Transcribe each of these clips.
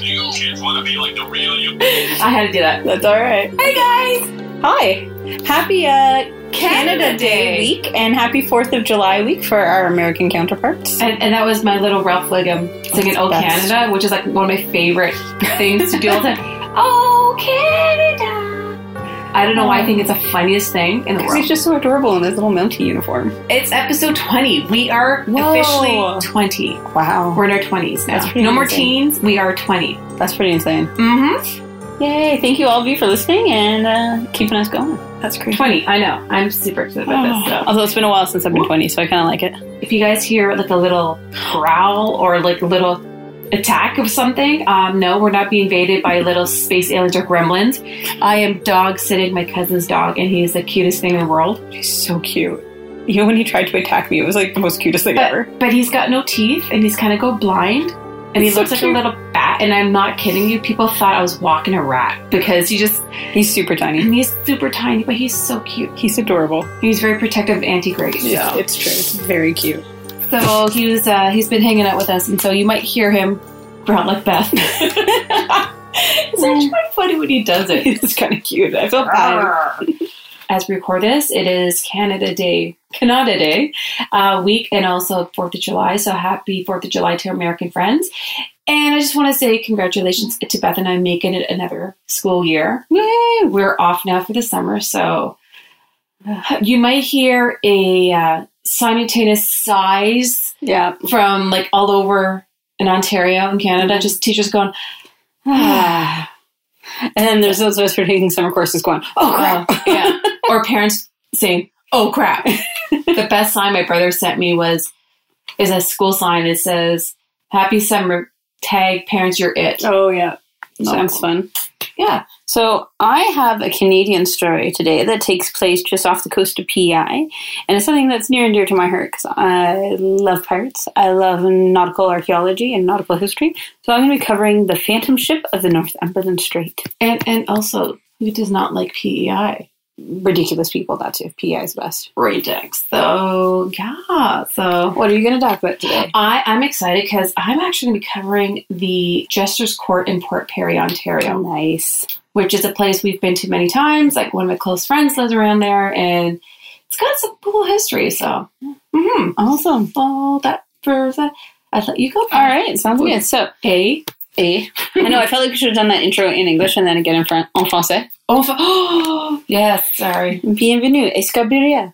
you kids want to be like the real you. I had to do that. That's all right. Hey guys! Hi. Happy uh, Canada, Day week and happy 4th of July week for our American counterparts. And, and that was my little Ralph Liggum singing That's "Oh best. Canada," which is like one of my favorite things to do all the time. "Oh Canada." I don't know why I think it's the funniest thing in the Because world. he's just so adorable in his little Mountie uniform. It's episode 20. We are Whoa. officially 20. Wow. We're in our 20s now. That's pretty No more amazing. teens. We are 20. That's pretty insane. Mm-hmm. Yay. Thank you all of you for listening and uh, keeping us going. That's crazy. 20. I know. I'm super excited about this. So. Although it's been a while since I've been 20, so I kind of like it. if you guys hear like a little growl or like a little attack of something, um, no, we're not being invaded by little space aliens or gremlins. I am dog sitting my cousin's dog, and he is the cutest thing in the world. He's so cute. You know, when he tried to attack me, it was like the most cutest thing ever. But he's got no teeth, and he's kind of go blind. And he It's so looks like cute. a little bat, and I'm not kidding you. People thought I was walking a rat because he just, He's super tiny. and he's super tiny, but he's so cute. He's adorable. He's very protective of anti Grace. it's true. It's very cute. So he was, uh, he's been hanging out with us, and so you might hear him growl like Beth. it's actually quite funny when he does it. it's kind of cute. I feel bad. As we record this, it is Canada Day, Canada Day uh, week, and also Fourth of July. So happy Fourth of July to our American friends! And I just want to say congratulations to Beth and I making it another school year. Yay! We're off now for the summer, so uh, you might hear a uh, simultaneous sighs Yeah. from like all over in Ontario and Canada, just teachers going, "Oh, and then there's those of us who are taking summer courses going, oh, crap. oh, yeah. Or parents saying, oh crap. the best sign my brother sent me was is a school sign that says, Happy summer, tag parents, you're it. Oh, yeah. So- Sounds fun. Yeah. So I have a Canadian story today that takes place just off the coast of PI, and it's something that's near and dear to my heart because I love pirates. I love nautical archaeology and nautical history. So I'm going to be covering the Phantom Ship of the Northumberland Strait. And and also, who does not like E PEI? Ridiculous people, that's if PI is best. Rejects. So yeah. So What are you going to talk about today? I, I'm excited because I'm actually going to be covering the Jester's Court in Port Perry, Ontario. Nice. which is a place we've been to many times. Like one of my close friends lives around there, and it's got some cool history. So, mm-hmm. Awesome. all that for that. I thought you go. All right, sounds Okay. good. So, Hey. eh. I know, I felt like we should have done that intro in English and then again in Fran- en français. Oh, f- oh, yes. Sorry. Bienvenue, Escaberia.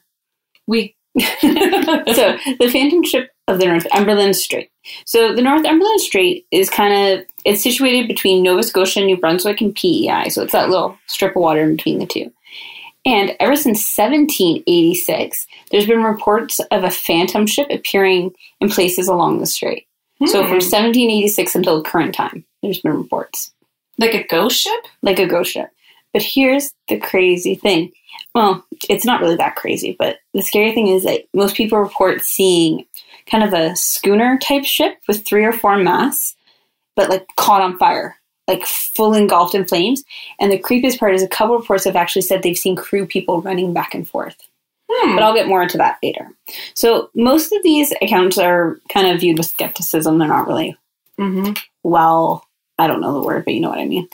We. so the phantom ship of the northumberland strait so the northumberland strait is kind of it's situated between nova scotia new brunswick and pei so it's that little strip of water in between the two and ever since 1786 there's been reports of a phantom ship appearing in places along the strait so from Hmm. 1786 until current time there's been reports like a ghost ship. like a ghost ship. But here's the crazy thing. Well, it's not really that crazy, but the scary thing is that most people report seeing kind of a schooner type ship with three or four masts, but like caught on fire, like full engulfed in flames. And the creepiest part is a couple reports have actually said they've seen crew people running back and forth Hmm. but I'll get more into that later. So most of these accounts are kind of viewed with skepticism. They're not really Mhm. well, I don't know the word, but you know what I mean.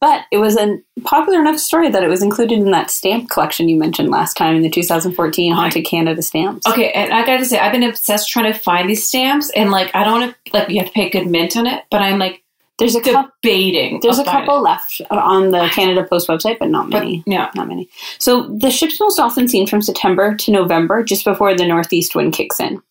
But it was a popular enough story that it was included in that stamp collection you mentioned last time in the 2014 Haunted Canada stamps. Okay, and I gotta say, I've been obsessed trying to find these stamps, and like, I don't like you have to pay good mint on it, but I'm like There's a couple. debating. There's a of buying couple left on the Canada Post website, but not it. but many. yeah, not many. So the ship's most often seen from September to November, just before the northeast wind kicks in.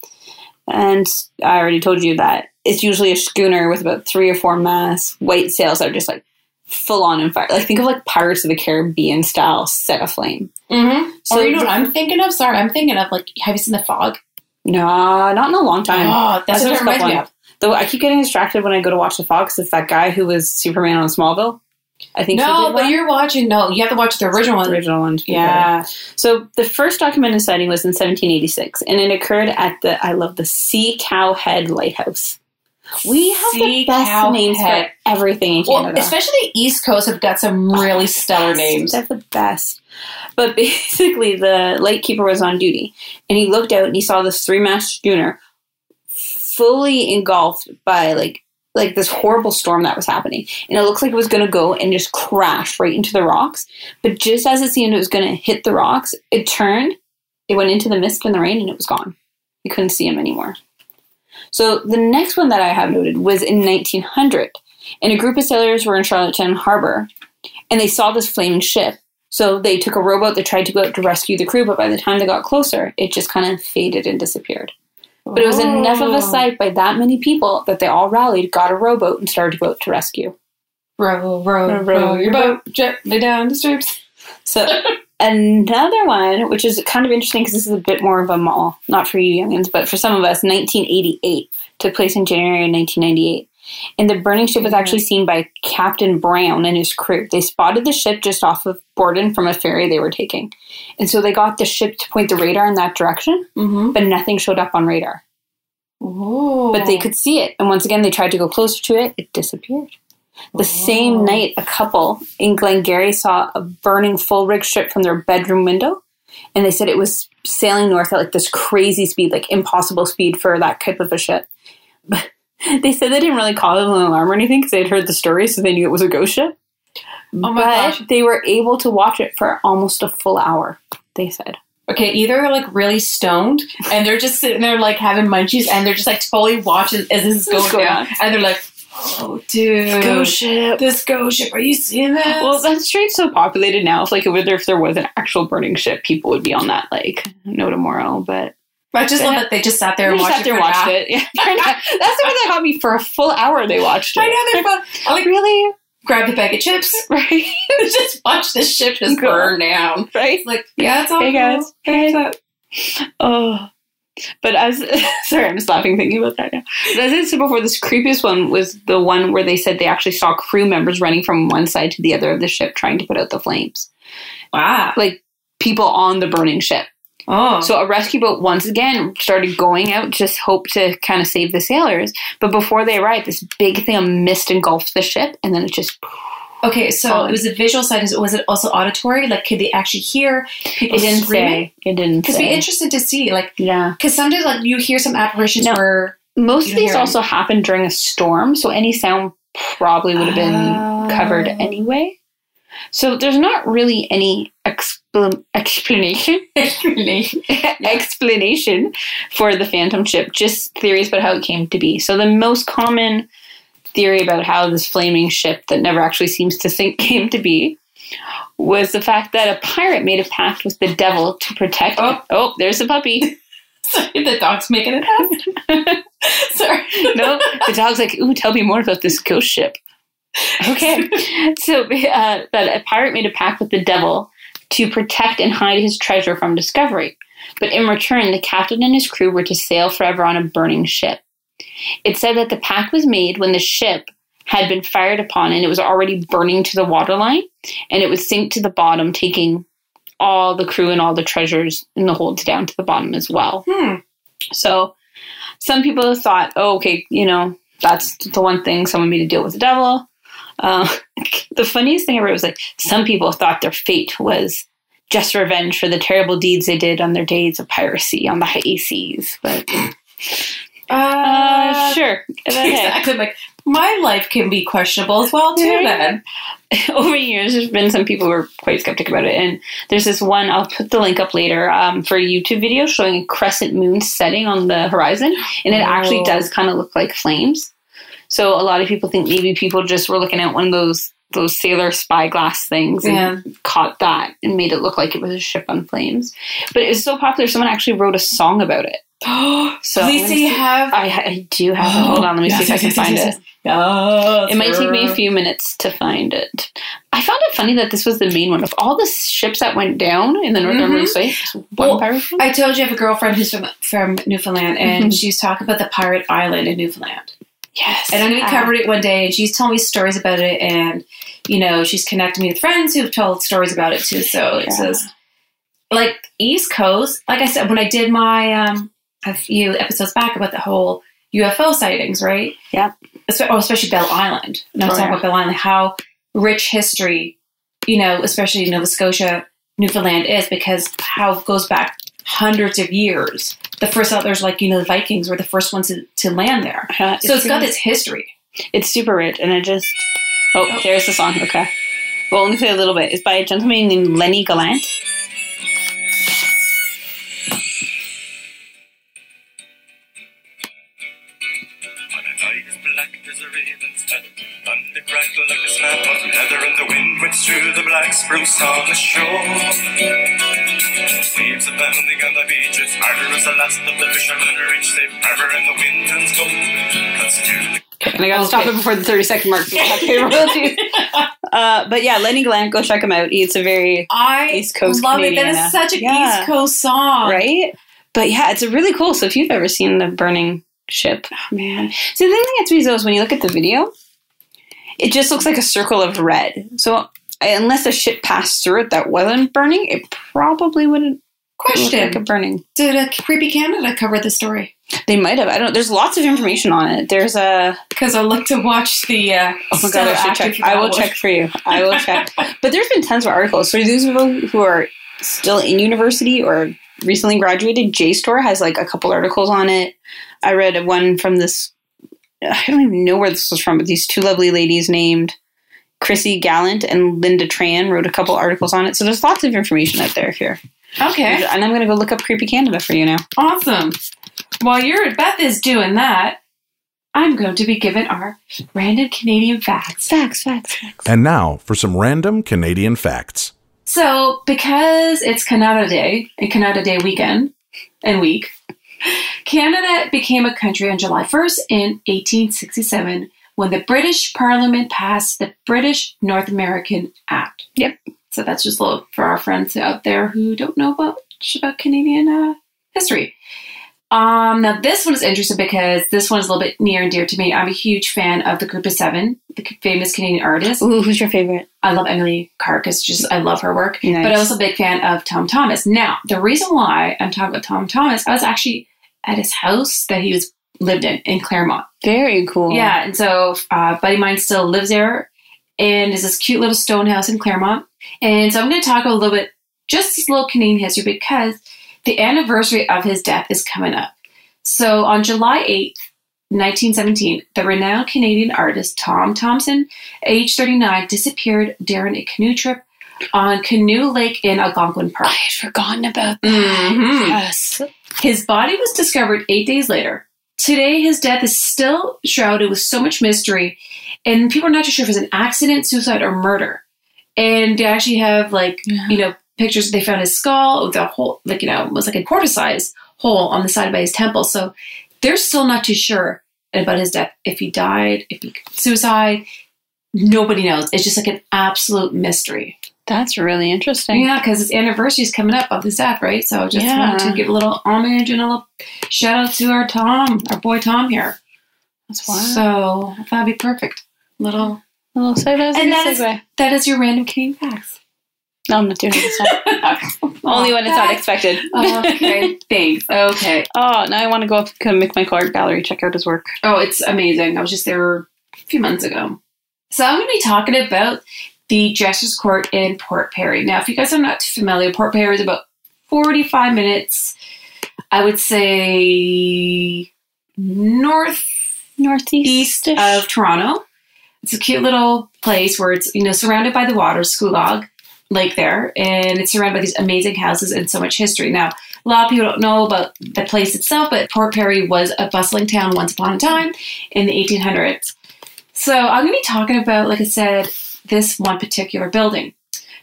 And I already told you that it's usually a schooner with about three or four masts, white sails that are just like full on in fire. Like think of like Pirates of the Caribbean style set aflame. mm-hmm. So or you know what I'm thinking of? Sorry, I'm thinking of like, have you seen the fog? no, not in a long time. Oh, that's what it there's reminds one. me of. Though I keep getting distracted when I go to watch the Fox. It's that guy who was Superman on Smallville. I think he No, did but that. you're watching. No, you have to watch the original one. original one. to be better. Yeah. So the first documented sighting was in 1786, and it occurred at the I love the Sea Cow Head Lighthouse. We have Sea the best Cow names Head. for everything in Well, Canada. especially the East Coast have got some really stellar names. They're the best. But basically, the lightkeeper was on duty, and he looked out and he saw this three-mast schooner fully engulfed by like like this horrible storm that was happening. And it looks like it was going to go and just crash right into the rocks. But just as it seemed it was going to hit the rocks, it turned, it went into the mist and the rain, and it was gone. You couldn't see him anymore. So the next one that I have noted was in 1900, and a group of sailors were in Charlottetown Harbor, and they saw this flaming ship. So they took a rowboat, they tried to go out to rescue the crew, but by the time they got closer, it just kind of faded and disappeared. But it was enough Oh. of a sight by that many people that they all rallied, got a rowboat, and started to boat to rescue. Row, row, Row, row, row your your boat gently down the streets. So another one, which is kind of interesting because this is a bit more of a mall, not for you youngins, but for some of us, 1988 took place in January 1998. And the burning ship was actually seen by Captain Brown and his crew. They spotted the ship just off of Borden from a ferry they were taking. And so they got the ship to point the radar in that direction, Mm-hmm. but nothing showed up on radar. Ooh. But they could see it. And once again, they tried to go closer to it, it disappeared. The same Wow. night, a couple in Glengarry saw a burning full rig ship from their bedroom window, and they said it was sailing north at like this crazy speed, like impossible speed for that type of a ship. But they said they didn't really call it an alarm or anything because they had heard the story, so they knew it was a ghost ship. Oh my but gosh. they were able to watch it for almost a full hour. They said. Okay, either like really stoned and they're just sitting there like having munchies and they're just like totally watching as this is What's going going down. And they're like, oh, dude. ship. This ghost ship. Are you seeing this? Well, that street's so populated now. If like, I wonder if there was an actual burning ship, people would be on that like no tomorrow. But I just love that they just sat there They and watched just it. sat for watched an hour. it. Yeah. That's the one that got me for a full hour. They watched it. I know they're fun. I like really grabbed a bag of chips right, and just watched this ship just Cool. burn down. right. It's like, yeah, it's all Hey, cool. guys. Oh, Hey, what's up? Oh, but as sorry, I'm just laughing thinking about that now. But as I said before, this creepiest one was the one where they said they actually saw crew members running from one side to the other of the ship trying to put out the flames. Wow. Like people on the burning ship. Oh. So a rescue boat once again started going out, just hope to kind of save the sailors. But before they arrived, this big thing of mist engulfed the ship, and then it just okay, so Solid. it was a visual sight. Was it also auditory? Like, could they actually hear people it didn't screaming? say. It didn't Because it'd be say. interested to see, like, yeah, because sometimes like you hear some apparitions No. where most You of don't these hear it. also happened during a storm, so any sound probably would have been covered Oh. anyway. So there's not really any expl- explanation explanation for the phantom ship, just theories about how it came to be. So the most common theory about how this flaming ship that never actually seems to sink came to be was the fact that a pirate made a pact with the devil to protect Oh. oh there's a puppy. Sorry, the dog's making it up. Sorry. no, the dog's like, ooh, tell me more about this ghost ship. Okay. so, uh, that a pirate made a pact with the devil to protect and hide his treasure from discovery. But in return, the captain and his crew were to sail forever on a burning ship. It said that the pact was made when the ship had been fired upon and it was already burning to the waterline and it would sink to the bottom, taking all the crew and all the treasures and the holds down to the bottom as well. Hmm. So some people thought, oh, okay, you know, that's the one thing someone made to deal with the devil. Uh, the funniest thing I read was like some people thought their fate was just revenge for the terrible deeds they did on their days of piracy on the high seas. But Uh, uh, sure, okay. Exactly. Like my life can be questionable as well too. Yeah. Then over the years, there's been some people who are quite skeptic about it, and there's this one. I'll put the link up later um, for a YouTube video showing a crescent moon setting on the horizon, and it actually Whoa. does kind of look like flames. So a lot of people think maybe people just were looking at one of those those sailor spyglass things and yeah. caught that and made it look like it was a ship on flames. But it was so popular, someone actually wrote a song about it. So I'm Please gonna say you see- have. I, I do have. it. Hold on, let me see if I can find it. It might take me a few minutes to find it. I found it funny that this was the main one of all the ships that went down in the Northern Mhm. Blue Sea. it's One Well, pirate ship? I told you I have a girlfriend who's from from Newfoundland, and Mm-hmm. she's talking about the pirate island in Newfoundland. Yes, Uh, And I covered it one day, and she's telling me stories about it, and you know she's connecting me with friends who've told stories about it too. So it's Yeah. just like East Coast. Like I said, when I did my um, a few episodes back about the whole UFO sightings, right? Yep. Espe- Oh, especially Belle Island. And I was Oh, yeah. talking about Belle Island, how rich history, you know, especially Nova Scotia, Newfoundland is because how it goes back hundreds of years. The first settlers, like you know, the Vikings, were the first ones to, to land there. Yeah, So it's got this history. Uh, It's super rich, and I just oh, there's the song. Okay, we'll only play a little bit. It's by a gentleman named Lenny Gallant. On a night as black as a raven's head, thunder crackled like a snap of leather, and the wind whips through the black spruce on the shore. Waves are pounding on the beaches, harder as the last of the fishermen reach safe harbor, and the wind turns cold. Cuts through the And I gotta stop Okay. it before the 30 second mark. so we'll have to pay royalties. uh, but yeah, Lenny Glenn, go check him out. He's a very I East Coast love it. Canadian, That uh, is such an yeah. East Coast song, right. But yeah, it's a really cool. So if you've ever seen the burning ship, man. See the thing that's me though is when you look at the video, it just looks like a circle of red. So unless a ship passed through it that wasn't burning, it probably wouldn't look Question: like a burning. Did a Creepy Canada cover the story? They might have. I don't. There's lots of information on it. There's a. Because I looked to watch the. Uh, Oh my god, I should check. I will check for you. I will check. But there's been tons of articles. For those of you who are still in university or recently graduated, JSTOR has like a couple articles on it. I read one from this, I don't even know where this was from, but these two lovely ladies named Chrissy Gallant and Linda Tran wrote a couple articles on it. So there's lots of information out there here. Okay, And I'm going to go look up Creepy Canada for you now. awesome. While your Beth is doing that, I'm going to be given our random Canadian facts. Facts, facts, facts. And now for some random Canadian facts. So, because it's Canada Day and Canada Day weekend and week, Canada became a country on July 1st in 1867 when the British Parliament passed the British North American Act. Yep. So that's just a little for our friends out there who don't know much about Canadian uh, history. Um, now this one is interesting because this one is a little bit near and dear to me. I'm a huge fan of the Group of Seven, the famous Canadian artist. Ooh, who's your favorite? I love Emily Carr because just I love her work. Nice. But I was a big fan of Tom Thomas. Now, the reason why I'm talking about Tom Thomas, I was actually at his house that he was lived in in Claremont. Very cool. Yeah, and so uh, buddy of mine still lives there, and is this cute little stone house in Claremont. And so I'm going to talk a little bit just this little Canadian history because the anniversary of his death is coming up. So on July 8th, 1917, the renowned Canadian artist Tom Thompson, age 39, disappeared during a canoe trip on Canoe Lake in Algonquin Park. I had forgotten about that. Mm-hmm. Mhm. Yes. His body was discovered eight days later. Today, his death is still shrouded with so much mystery, and people are not too sure if it's an accident, suicide, or murder. And they actually have, like, you know, pictures. They found his skull with a hole, like, you know, it was like a quarter size hole on the side by his temple. So they're still not too sure about his death. If he died, if he suicide, nobody knows. It's just like an absolute mystery. That's really interesting. Yeah, because his anniversary is coming up of his death, right? So just Yeah. wanted to give a little homage and a little shout out to our Tom, our boy Tom here. That's wild. So that'd be perfect. Little Well, so that's And a that good is- segue. that is your random Canadian facts. No, I'm not doing it this time. Only when it's not expected. okay, thanks. Okay. oh, now I want to go up to Mick McCord Gallery, check out his work. Oh, it's amazing. I was just there a few months ago. So I'm going to be talking about the Justice Court in Port Perry. Now, if you guys are not familiar, Port Perry is about 45 minutes, I would say, northeast Northeast of Toronto. It's a cute little place where it's, you know, surrounded by the water, Skulag Lake there, and it's surrounded by these amazing houses and so much history. Now, a lot of people don't know about the place itself, but Port Perry was a bustling town once upon a time in the 1800s. So I'm going to be talking about, like I said, this one particular building.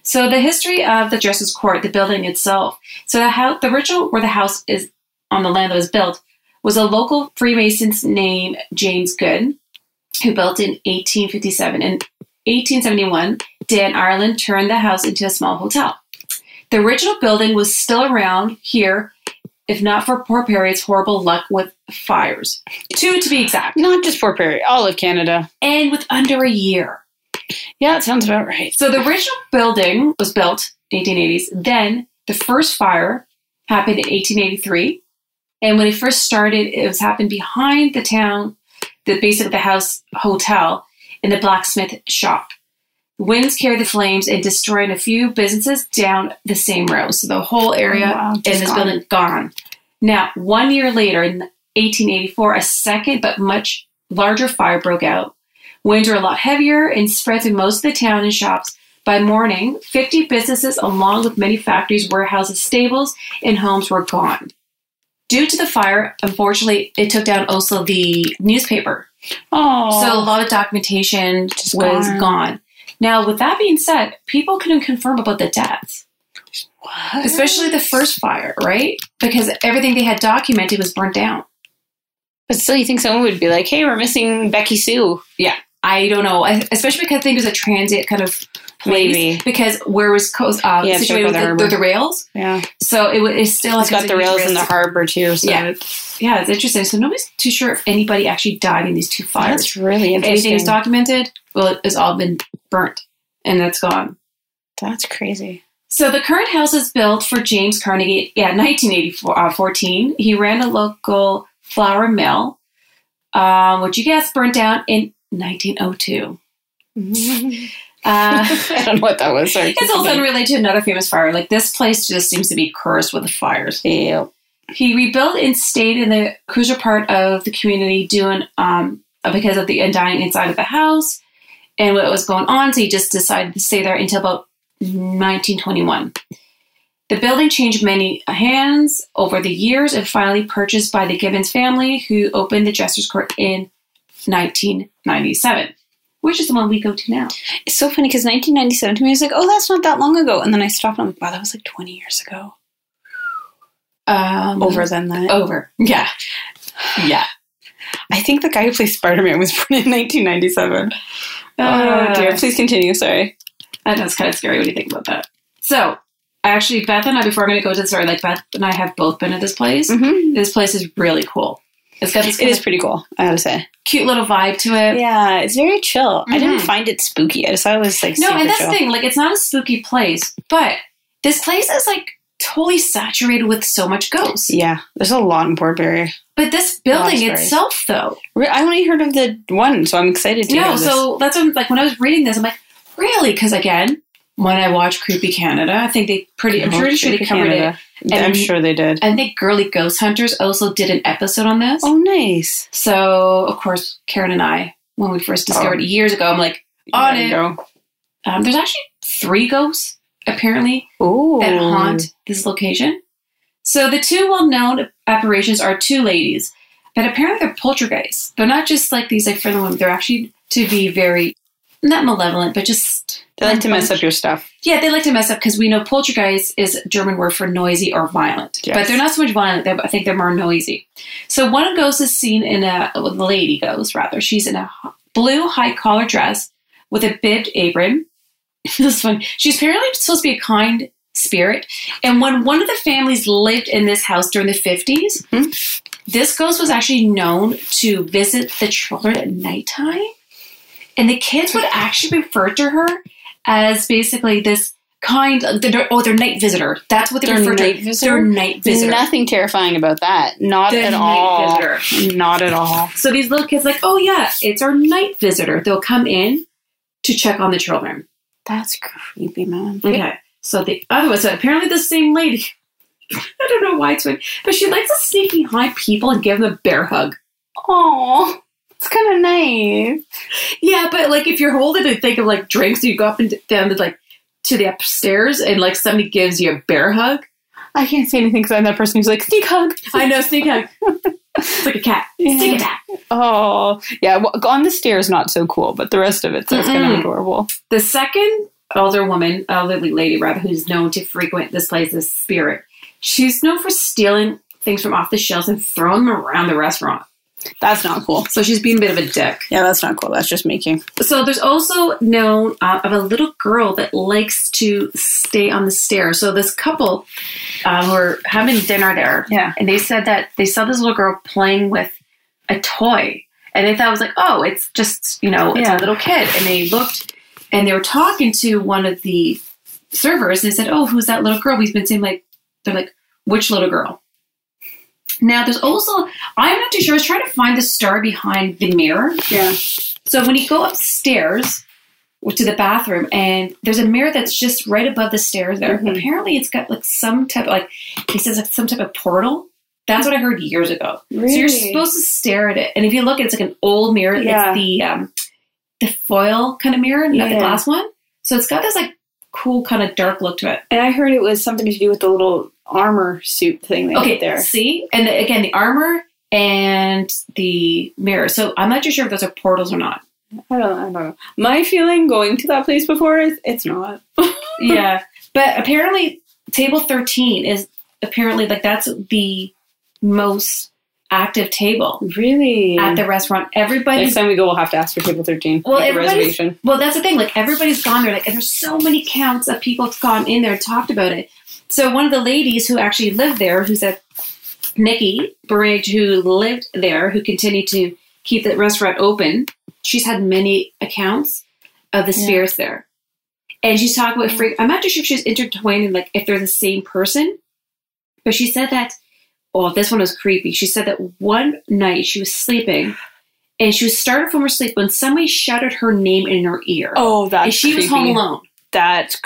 So the history of the Justice Court, the building itself. So the house, the original where the house is on the land that was built, was a local Freemason's named James Good, who built in 1857. In 1871, Dan Ireland turned the house into a small hotel. The original building was still around here, if not for poor Perry's horrible luck with fires. Two to be exact, Not just Port Perry, all of Canada. and with under a year. Yeah, it sounds about right. So the original building was built in 1880s. Then the first fire happened in 1883. And when it first started, it was happened behind the town, the base of the house hotel, and the blacksmith shop. Winds carried the flames and destroyed a few businesses down the same road. So the whole area Oh, Wow, and just this gone. building gone. Now, one year later in 1884, a second but much larger fire broke out Winds are a lot heavier and spread through most of the town and shops. By morning, 50 businesses, along with many factories, warehouses, stables, and homes, were gone. Due to the fire, unfortunately, it took down also the newspaper. Oh, So a lot of documentation Just was gone. gone. Now, with that being said, people couldn't confirm about the deaths, what? especially the first fire, right? Because everything they had documented was burnt down. But still, you think someone would be like, "Hey, we're missing Becky Sue." I don't know, I- especially because I think it was a transit kind of place. Maybe. because where was coast uh, Yeah, it's right situated by with the the, harbor. with the rails, Yeah, so it wa- it's still it's got like, it was the a huge rails in the risk. harbor too. So Yeah. it's- Yeah, it's interesting. So nobody's too sure if anybody actually died in these two fires. that's really If anything interesting. is documented, well, it's all been burnt and that's gone. that's crazy. So the current house is built for James Carnegie. Yeah, 1914. uh, he ran a local flour mill, um, which you guess burnt down in 1902. Uh, I don't know what that was. Sorry. It's also unrelated to another famous fire. Like this place just seems to be cursed with the fires. Ew. He rebuilt and stayed in the crucial part of the community doing um because of the undying inside of the house and what was going on. So he just decided to stay there until about 1921. The building changed many hands over the years and finally purchased by the Gibbons family, who opened the Jester's Court in 1997, which is the one we go to now. It's so funny because 1997 to me I was like, "Oh, that's not that long ago," and then I stopped and I'm like, "Wow, that was like 20 years ago." Um, Over than that. Over. Yeah. Yeah. I think the guy who plays Spider Man was born in 1997. Uh, oh dear. Please continue. Sorry. That is kind of scary when you think about that. So, actually, Beth and I, before I'm going to go to the story, like Beth and I have both been at this place. Mm-hmm. This place is really cool. It's got this It kind is of pretty cool. I gotta say. cute little vibe to it. Yeah, it's very chill. I didn't Mhm. find it spooky. I just thought it was like no, super and that's chill. the thing. Like, it's not a spooky place, but this place is like totally saturated with so much ghosts. Yeah, there's a lot in Port Barrier. But this lot of building stories. itself, though, Re- I only heard of the one, so I'm excited to hear no. this. So that's what, I'm- like when I was reading this, I'm like, really? Because again, when I watch Creepy Canada, I think they pretty. I'm Oh, pretty sure they Creepy covered it Canada. I'm And- sure they did. I think Girly Ghost Hunters also did an episode on this. Oh, nice. So, of course, Karen and I, when we first discovered Oh. it years ago, I'm like, On There you it. go. um, there's actually three ghosts, apparently, Ooh. that haunt this location. So, the two well known apparitions are two ladies, but apparently they're poltergeists. They're not just like these like friendly women, they're actually to be very, not malevolent, but just. They like to mess up your stuff. Yeah, they like to mess up because we know poltergeist is a German word for noisy or violent. Yes. But they're not so much violent. They're, I think they're more noisy. So one ghost is seen in a well, the lady ghost rather. She's in a h- blue high collar dress with a bibbed apron. this is funny. She's apparently supposed to be a kind spirit. And when one of the families lived in this house during the 50s, Mhm. this ghost was actually known to visit the children at nighttime. And the kids would actually refer to her as basically this kind of, they're, oh, they're night visitor. That's what they They're refer to. night visitor? They're night visitor. Nothing terrifying about that. Not They're at night all. visitor. Not at all. So these little kids, like, oh yeah, it's our night visitor. They'll come in to check on the children. That's creepy, man. Okay. So the other one, so apparently the same lady. I don't know why it's weird, but she likes to sneak behind people and give them a bear hug. Aw. It's kind of nice. Yeah, but like if you're holding and think of like drinks, you go up and down to like to the upstairs and like somebody gives you a bear hug. I can't say anything because I'm that person who's like, sneak hug. I know, sneak hug. It's like a cat. Sneak Yeah. attack. Oh, yeah. Well, on the stairs, not so cool, but the rest of it's like, kind of Mm-mm. adorable. The second elder woman, elderly lady rather, who's known to frequent this place is Spirit. She's known for stealing things from off the shelves and throwing them around the restaurant. That's not cool. So she's being a bit of a dick. Yeah, that's not cool. That's just making. So there's also known uh, of a little girl that likes to stay on the stairs. So this couple uh, were having dinner there, Yeah. and they said that they saw this little girl playing with a toy, and they thought it was like, oh, it's just you know, it's Yeah. a little kid. And they looked, and they were talking to one of the servers, and they said, oh, who's that little girl? We've been seeing like they're like, which little girl? Now there's also I'm not too sure. I was trying to find the star behind the mirror. Yeah. So when you go upstairs to the bathroom, and there's a mirror that's just right above the stairs there. Mhm. Apparently, it's got like some type, like he says, like some type of portal. That's what I heard years ago. So you're supposed to stare at it, and if you look, it's like an old mirror. Yeah. It's the um, the foil kind of mirror, not the Yeah. glass one. So it's got this like cool kind of dark look to it. And I heard it was something to do with the little armor suit thing they Okay, had there. See, and the, again, the armor and the mirror. So I'm not too sure if those are portals or not. I don't, I don't know. My feeling going to that place before is it's not. yeah, but apparently, table thirteen is apparently like that's the most active table Really? at the restaurant. Everybody's Next time we go, we'll have to ask for table 13. Well, Make a everybody's- reservation. Well, that's the thing. Like everybody's gone there. Like and there's so many counts of people have gone in there and talked about it. So one of the ladies who actually lived there, who's a Nikki Bridge, who lived there, who continued to keep the restaurant open, she's had many accounts of the Yeah. spirits there. And she's talking about freak. I'm not too sure if she's intertwined and like if they're the same person, but she said that. Oh, this one was creepy. She said that one night she was sleeping, and she was startled from her sleep when somebody shouted her name in her ear. Oh, that's and she was creepy. home alone. That's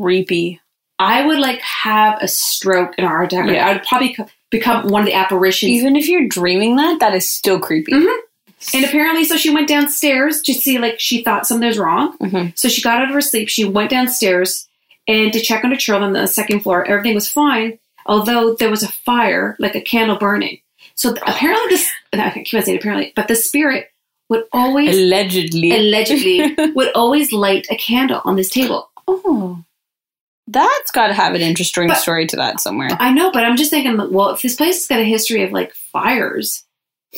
creepy. I would like have a stroke and a heart attack. Yeah. I would probably co- become one of the apparitions. Even if you're dreaming that, that is still creepy. Mhm. and apparently, so she went downstairs to see, like, she thought something was wrong. Mhm. So she got out of her sleep. She went downstairs and to check on her children on the second floor. Everything was fine, although there was a fire, like a candle burning. So th- apparently, this, and I keep on saying apparently, but the spirit would always, Allegedly. allegedly, would always light a candle on this table. oh. That's got to have an interesting But- story to that somewhere. I know, but I'm just thinking, like, well, if this place has got a history of like fires,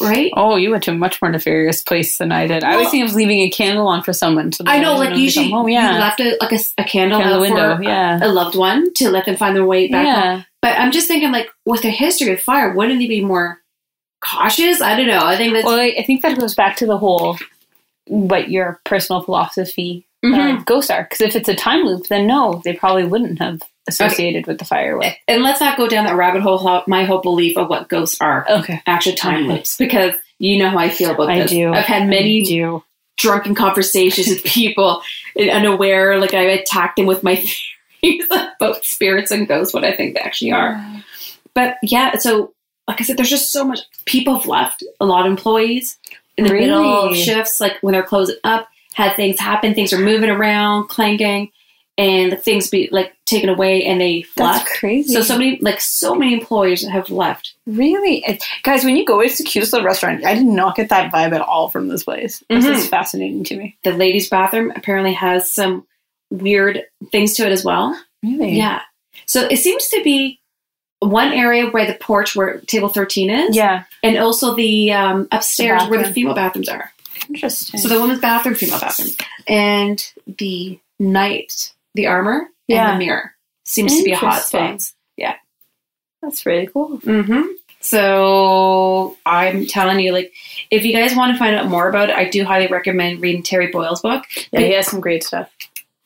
right? Oh, you went to a much more nefarious place than I did. I Well- was thinking of leaving a candle on for someone. So I know, they like don't usually come home. you Yeah, left a, like a, s- a candle candle out window. for Yeah, a loved one to let them find their way back. Home. yeah. But I'm just thinking, like, with a history of fire, wouldn't they be more cautious? I don't know. I think that's Well, I I think that goes back to the whole what your personal philosophy Mhm. of ghosts are. Because if it's a time loop, then no, they probably wouldn't have associated with the fire. With. and let's not go down that rabbit hole. ho- My whole belief of what ghosts are Okay, actual time loops, because you know how I feel about I this. do. I've had many many do. drunken conversations with people and unaware like i attacked them with my theories about spirits and ghosts what i think they actually are but yeah so like i said there's just so much people have left a lot of employees in the middle of Really? shifts like when they're closing up had things happen things are moving around clanking and things be like taken away and they That's left crazy. so so many like so many employers have left Really, It- guys, when you go, it's the cutest little restaurant. I did not get that vibe at all from this place. This is fascinating to me. the ladies bathroom apparently has some weird things to it as well Really, Yeah. So it seems to be one area where the porch where table 13 is, yeah. and also the um, upstairs where the bathroom. female bathrooms are. Interesting. So the women's bathroom, female bathroom, and the knight, the armor, Yeah. and the mirror seems to be a hot spot. Interesting. That's really cool. Mm-hmm. So I'm telling you, like, if you guys want to find out more about it, I do highly recommend reading Terry Boyle's book. Yeah, he has some great stuff.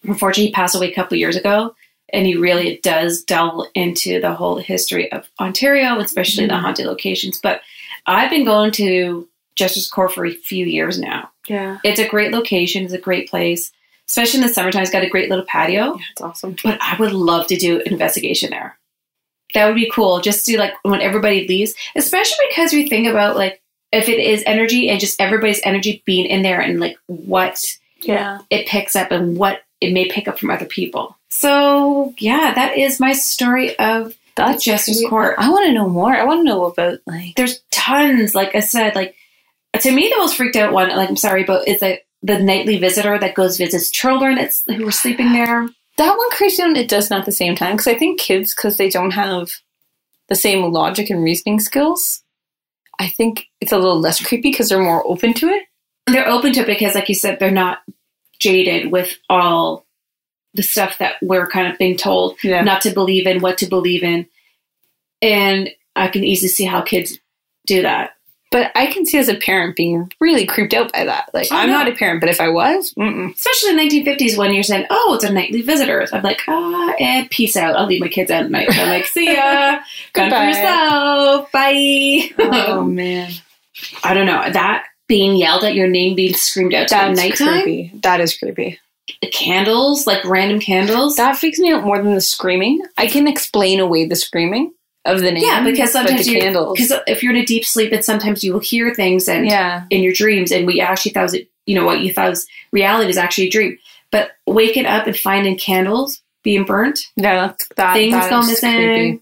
unfortunately he passed away a couple years ago and he really does delve into the whole history of ontario especially the Mhm. haunted locations but i've been going to justice court for a few years now Yeah, it's a great location it's a great place especially in the summertime it's got a great little patio yeah, it's awesome. but i would love to do an investigation there that would be cool just to like when everybody leaves especially because we think about like if it is energy and just everybody's energy being in there and like what Yeah. it picks up and what it may pick up from other people. So, yeah, that is my story of the That's Uh-huh. Justice crazy. Court. I want to know more. I want to know about like There's tons, like I said, like to me the most freaked out one, like I'm sorry, but is that the nightly visitor that goes visits children that's who are sleeping there. that one creeps me out. and It does not at the same time because I think kids because they don't have the same logic and reasoning skills. I think it's a little less creepy because they're more open to it. They're open to it because, like you said, they're not jaded with all the stuff that we're kind of being told Yeah. not to believe in, what to believe in. And I can easily see how kids do that. But I can see as a parent being really creeped out by that. Like Oh, I'm no. not a parent, but if I was, mm-mm. especially in 1950s when you're saying, "Oh, it's a nightly visitor." I'm like, ah, eh, peace out. I'll leave my kids out at night. I'm like, see ya. Good for Goodbye. Um, yourself. Oh, Bye. man, I don't know that being yelled at, your name being screamed out at that's nighttime. creepy. That is creepy. The candles, like random candles. That freaks me out more than the screaming. I can explain away the screaming of the name. yeah, because but sometimes the you, candles. because if you're in a deep sleep, and sometimes you will hear things and Yeah. in your dreams, and we actually thought it was you know, what you thought was reality is actually a dream. But waking up and finding candles being burnt, Yeah, that's- that, things that go is missing. creepy.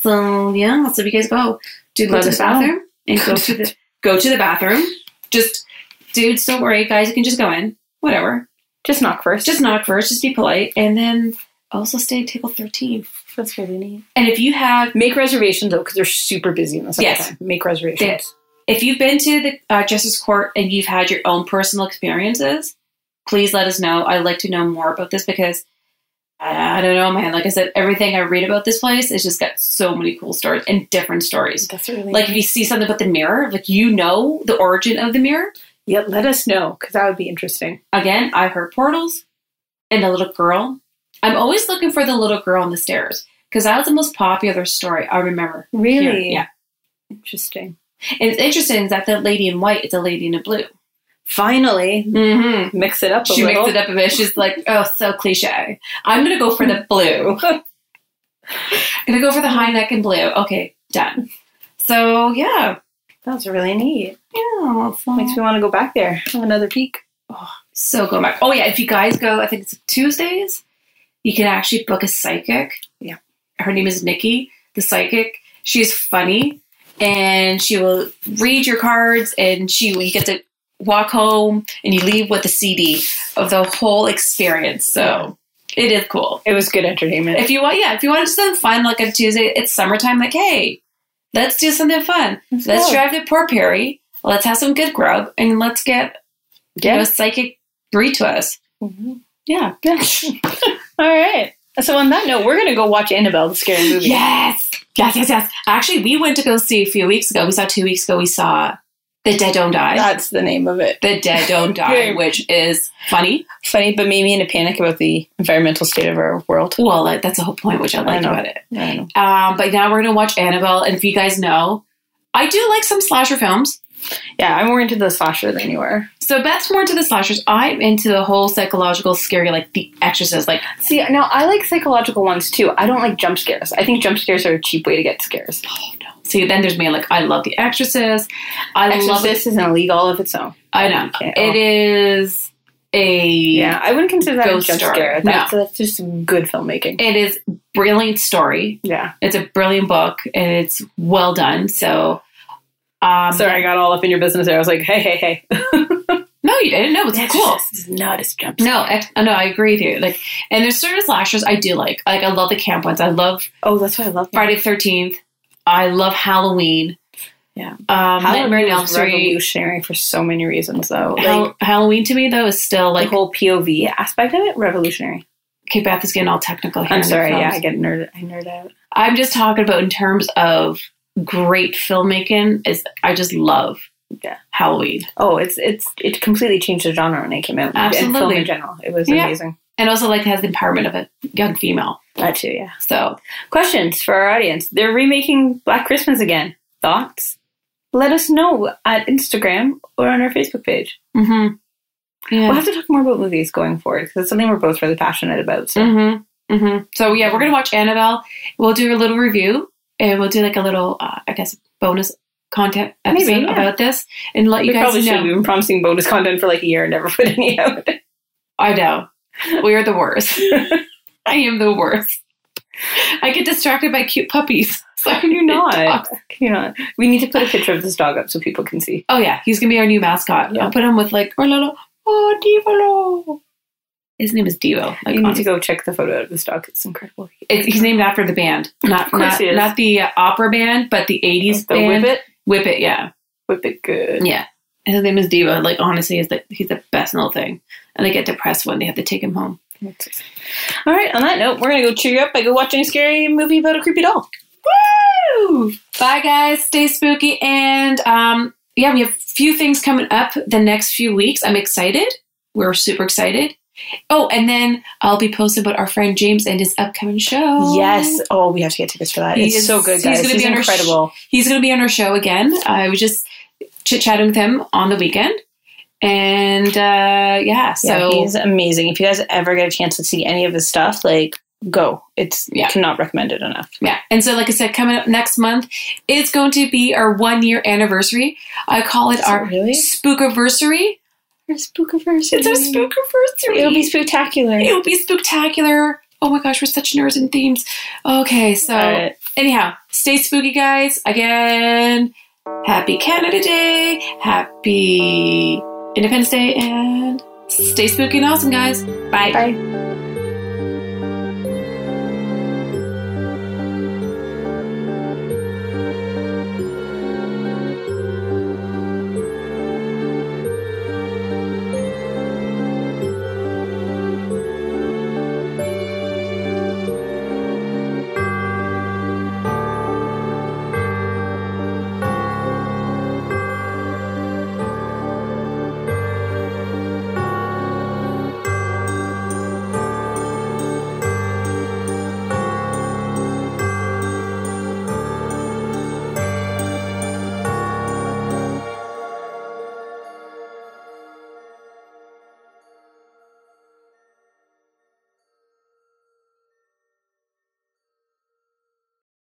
So yeah, that's what you guys go. Do go Let to the us know. bathroom and go to the go to the bathroom. Just dudes, don't worry, guys, you can just go in. Whatever. Just knock first. Just knock first, just be polite, and then also stay at table thirteen. that's really neat. And if you have Make reservations though, because they're super busy in the summertime. Yes. Make reservations. Yes. if you've been to the uh, justice court and you've had your own personal experiences, please let us know. I'd like to know more about this because I I don't know, man. Like I said, everything I read about this place has just got so many cool stories and different stories. That's really Like if you see something about the mirror, like you know the origin of the mirror. yeah. Let us know because that would be interesting. Again, I heard portals and a little girl. I'm always looking for the little girl on the stairs because that was the most popular story I remember. hearing. Yeah. Interesting. And it's interesting that the lady in white is a lady in blue. Finally, Mm-hmm. mix it up a She little. mixed it up a bit. She's like, oh, so cliche. I'm going to go for the blue. I'm going to go for the high neck and blue. Okay, done. So, yeah. That's really neat. Yeah. so- Makes me want to go back there. Have another peek. So go back. Oh yeah, if you guys go, I think it's Tuesdays. You can actually book a psychic. Yeah. her name is Nikki, the psychic. She's funny, and she will read your cards, and she you get to walk home, and you leave with a CD of the whole experience. So it is cool. It was good entertainment. If you want, yeah, if you want to do something fun, like on Tuesday, it's summertime. Like, hey, let's do something fun. Let's drive to Port Perry. Let's have some good grub, and let's get you know, Yes. psychic read to us. Yeah. Mm-hmm. All right. So on that note, we're gonna go watch Annabelle, the scary movie. Yes. Yes, yes, yes. Actually, we went to go see a few weeks ago. We saw two weeks ago, we saw The Dead Don't Die. That's the name of it. the Dead Don't Die, Good. which is funny. Funny, but made me in a panic about the environmental state of our world. Well, that- that's the whole point, which I I like know. about it. Um, but now we're going to watch Annabelle. And if you guys know, I do like some slasher films. Yeah, I'm more into the slasher than you are. So Beth's more into the slashers. I'm into the whole psychological scary, like The Exorcist. Like, See, now I like psychological ones too. I don't like jump scares. I think jump scares are a cheap way to get scares. see, then there's me. Like, I love The Exorcist. I love it. Exorcist isn't illegal all of its own. I know. Okay, oh. It is a. Yeah, I wouldn't consider that Ghost a jump story. scare. No. That's, that's just good filmmaking. It is brilliant story. yeah. It's a brilliant book and it's well done. So, um, Sorry, I got all up in your business there. I was like, hey, hey, hey. no, you didn't. No, it's cool. is not a jump No, ex- no, I agree with you. Like, and there's certain slashers I do like. Like, I love the camp ones. I love Oh, that's why I love Friday the Thirteenth. I love Halloween. Yeah. um, Nightmare on Elm was Street. revolutionary for so many reasons, though. Like, Hal- Halloween to me though is still like like whole POV aspect of it, revolutionary. okay. Beth is getting all technical here. I'm in the sorry, yeah, films. I get nerd, I nerd out. I'm just talking about in terms of great filmmaking. Is I just love Yeah. Halloween. Oh, it's it's it completely changed the genre when it came out. and film Absolutely. in general, it was Yeah. amazing. and also like has the empowerment of a young female. That too, yeah. So Questions for our audience: They're remaking Black Christmas again. Thoughts? Let us know at Instagram or on our Facebook page. mm-hmm. yeah. We'll have to talk more about movies going forward because it's something we're both really passionate about. So. Mm-hmm. Mm-hmm. So yeah, we're gonna watch Annabelle. We'll do a little review and we'll do like a little, uh, I guess, bonus content episode Maybe, yeah. about this and let We you probably guys should. We've know. been promising bonus content for like a year and never put any out. I know we are the worst. I am the worst. I get distracted by cute puppies. So How can you not? Dogs. Can you not? We need to put a picture of this dog up so people can see. Oh yeah, he's gonna be our new mascot. Yeah. I'll put him with like our little oh Divolo. His name is Divo. Like you need honestly. to go check the photo of this dog. It's incredible. It's, he's named after the band, not course not, he is. not the uh, opera band, but the '80s the band. whip it, Whip it, yeah, whip it good. yeah. And his name is Diva. Like honestly, is the he's the best in the whole thing. And I get depressed when they have to take him home. All right. On that note, we're gonna go cheer you up by go watching a scary movie about a creepy doll. Woo! Bye, guys. Stay spooky, and um, yeah, we have a few things coming up the next few weeks. I'm excited. We're super excited. Oh, and then I'll be posting about our friend James and his upcoming show. Yes. Oh, we have to get tickets for that. He it's is- so good, he's guys. He's, gonna be on our sh- incredible. He's going to be on our show again. I was just chit chatting with him on the weekend. And uh, yeah, yeah, so he's amazing. If you guys ever get a chance to see any of his stuff, like go. It's Yeah. cannot recommend it enough. yeah. And so, like I said, coming up next month is going to be our one year anniversary. I call it Is it our really? spookiversary. Our spookiversary. It's our spookiversary. It'll be spectacular. It would be spectacular. Oh my gosh, we're such nerds in themes. Okay, so Alright. anyhow, stay spooky, guys. Again, happy Canada Day, happy Independence Day, and stay spooky and awesome, guys. Bye. Bye.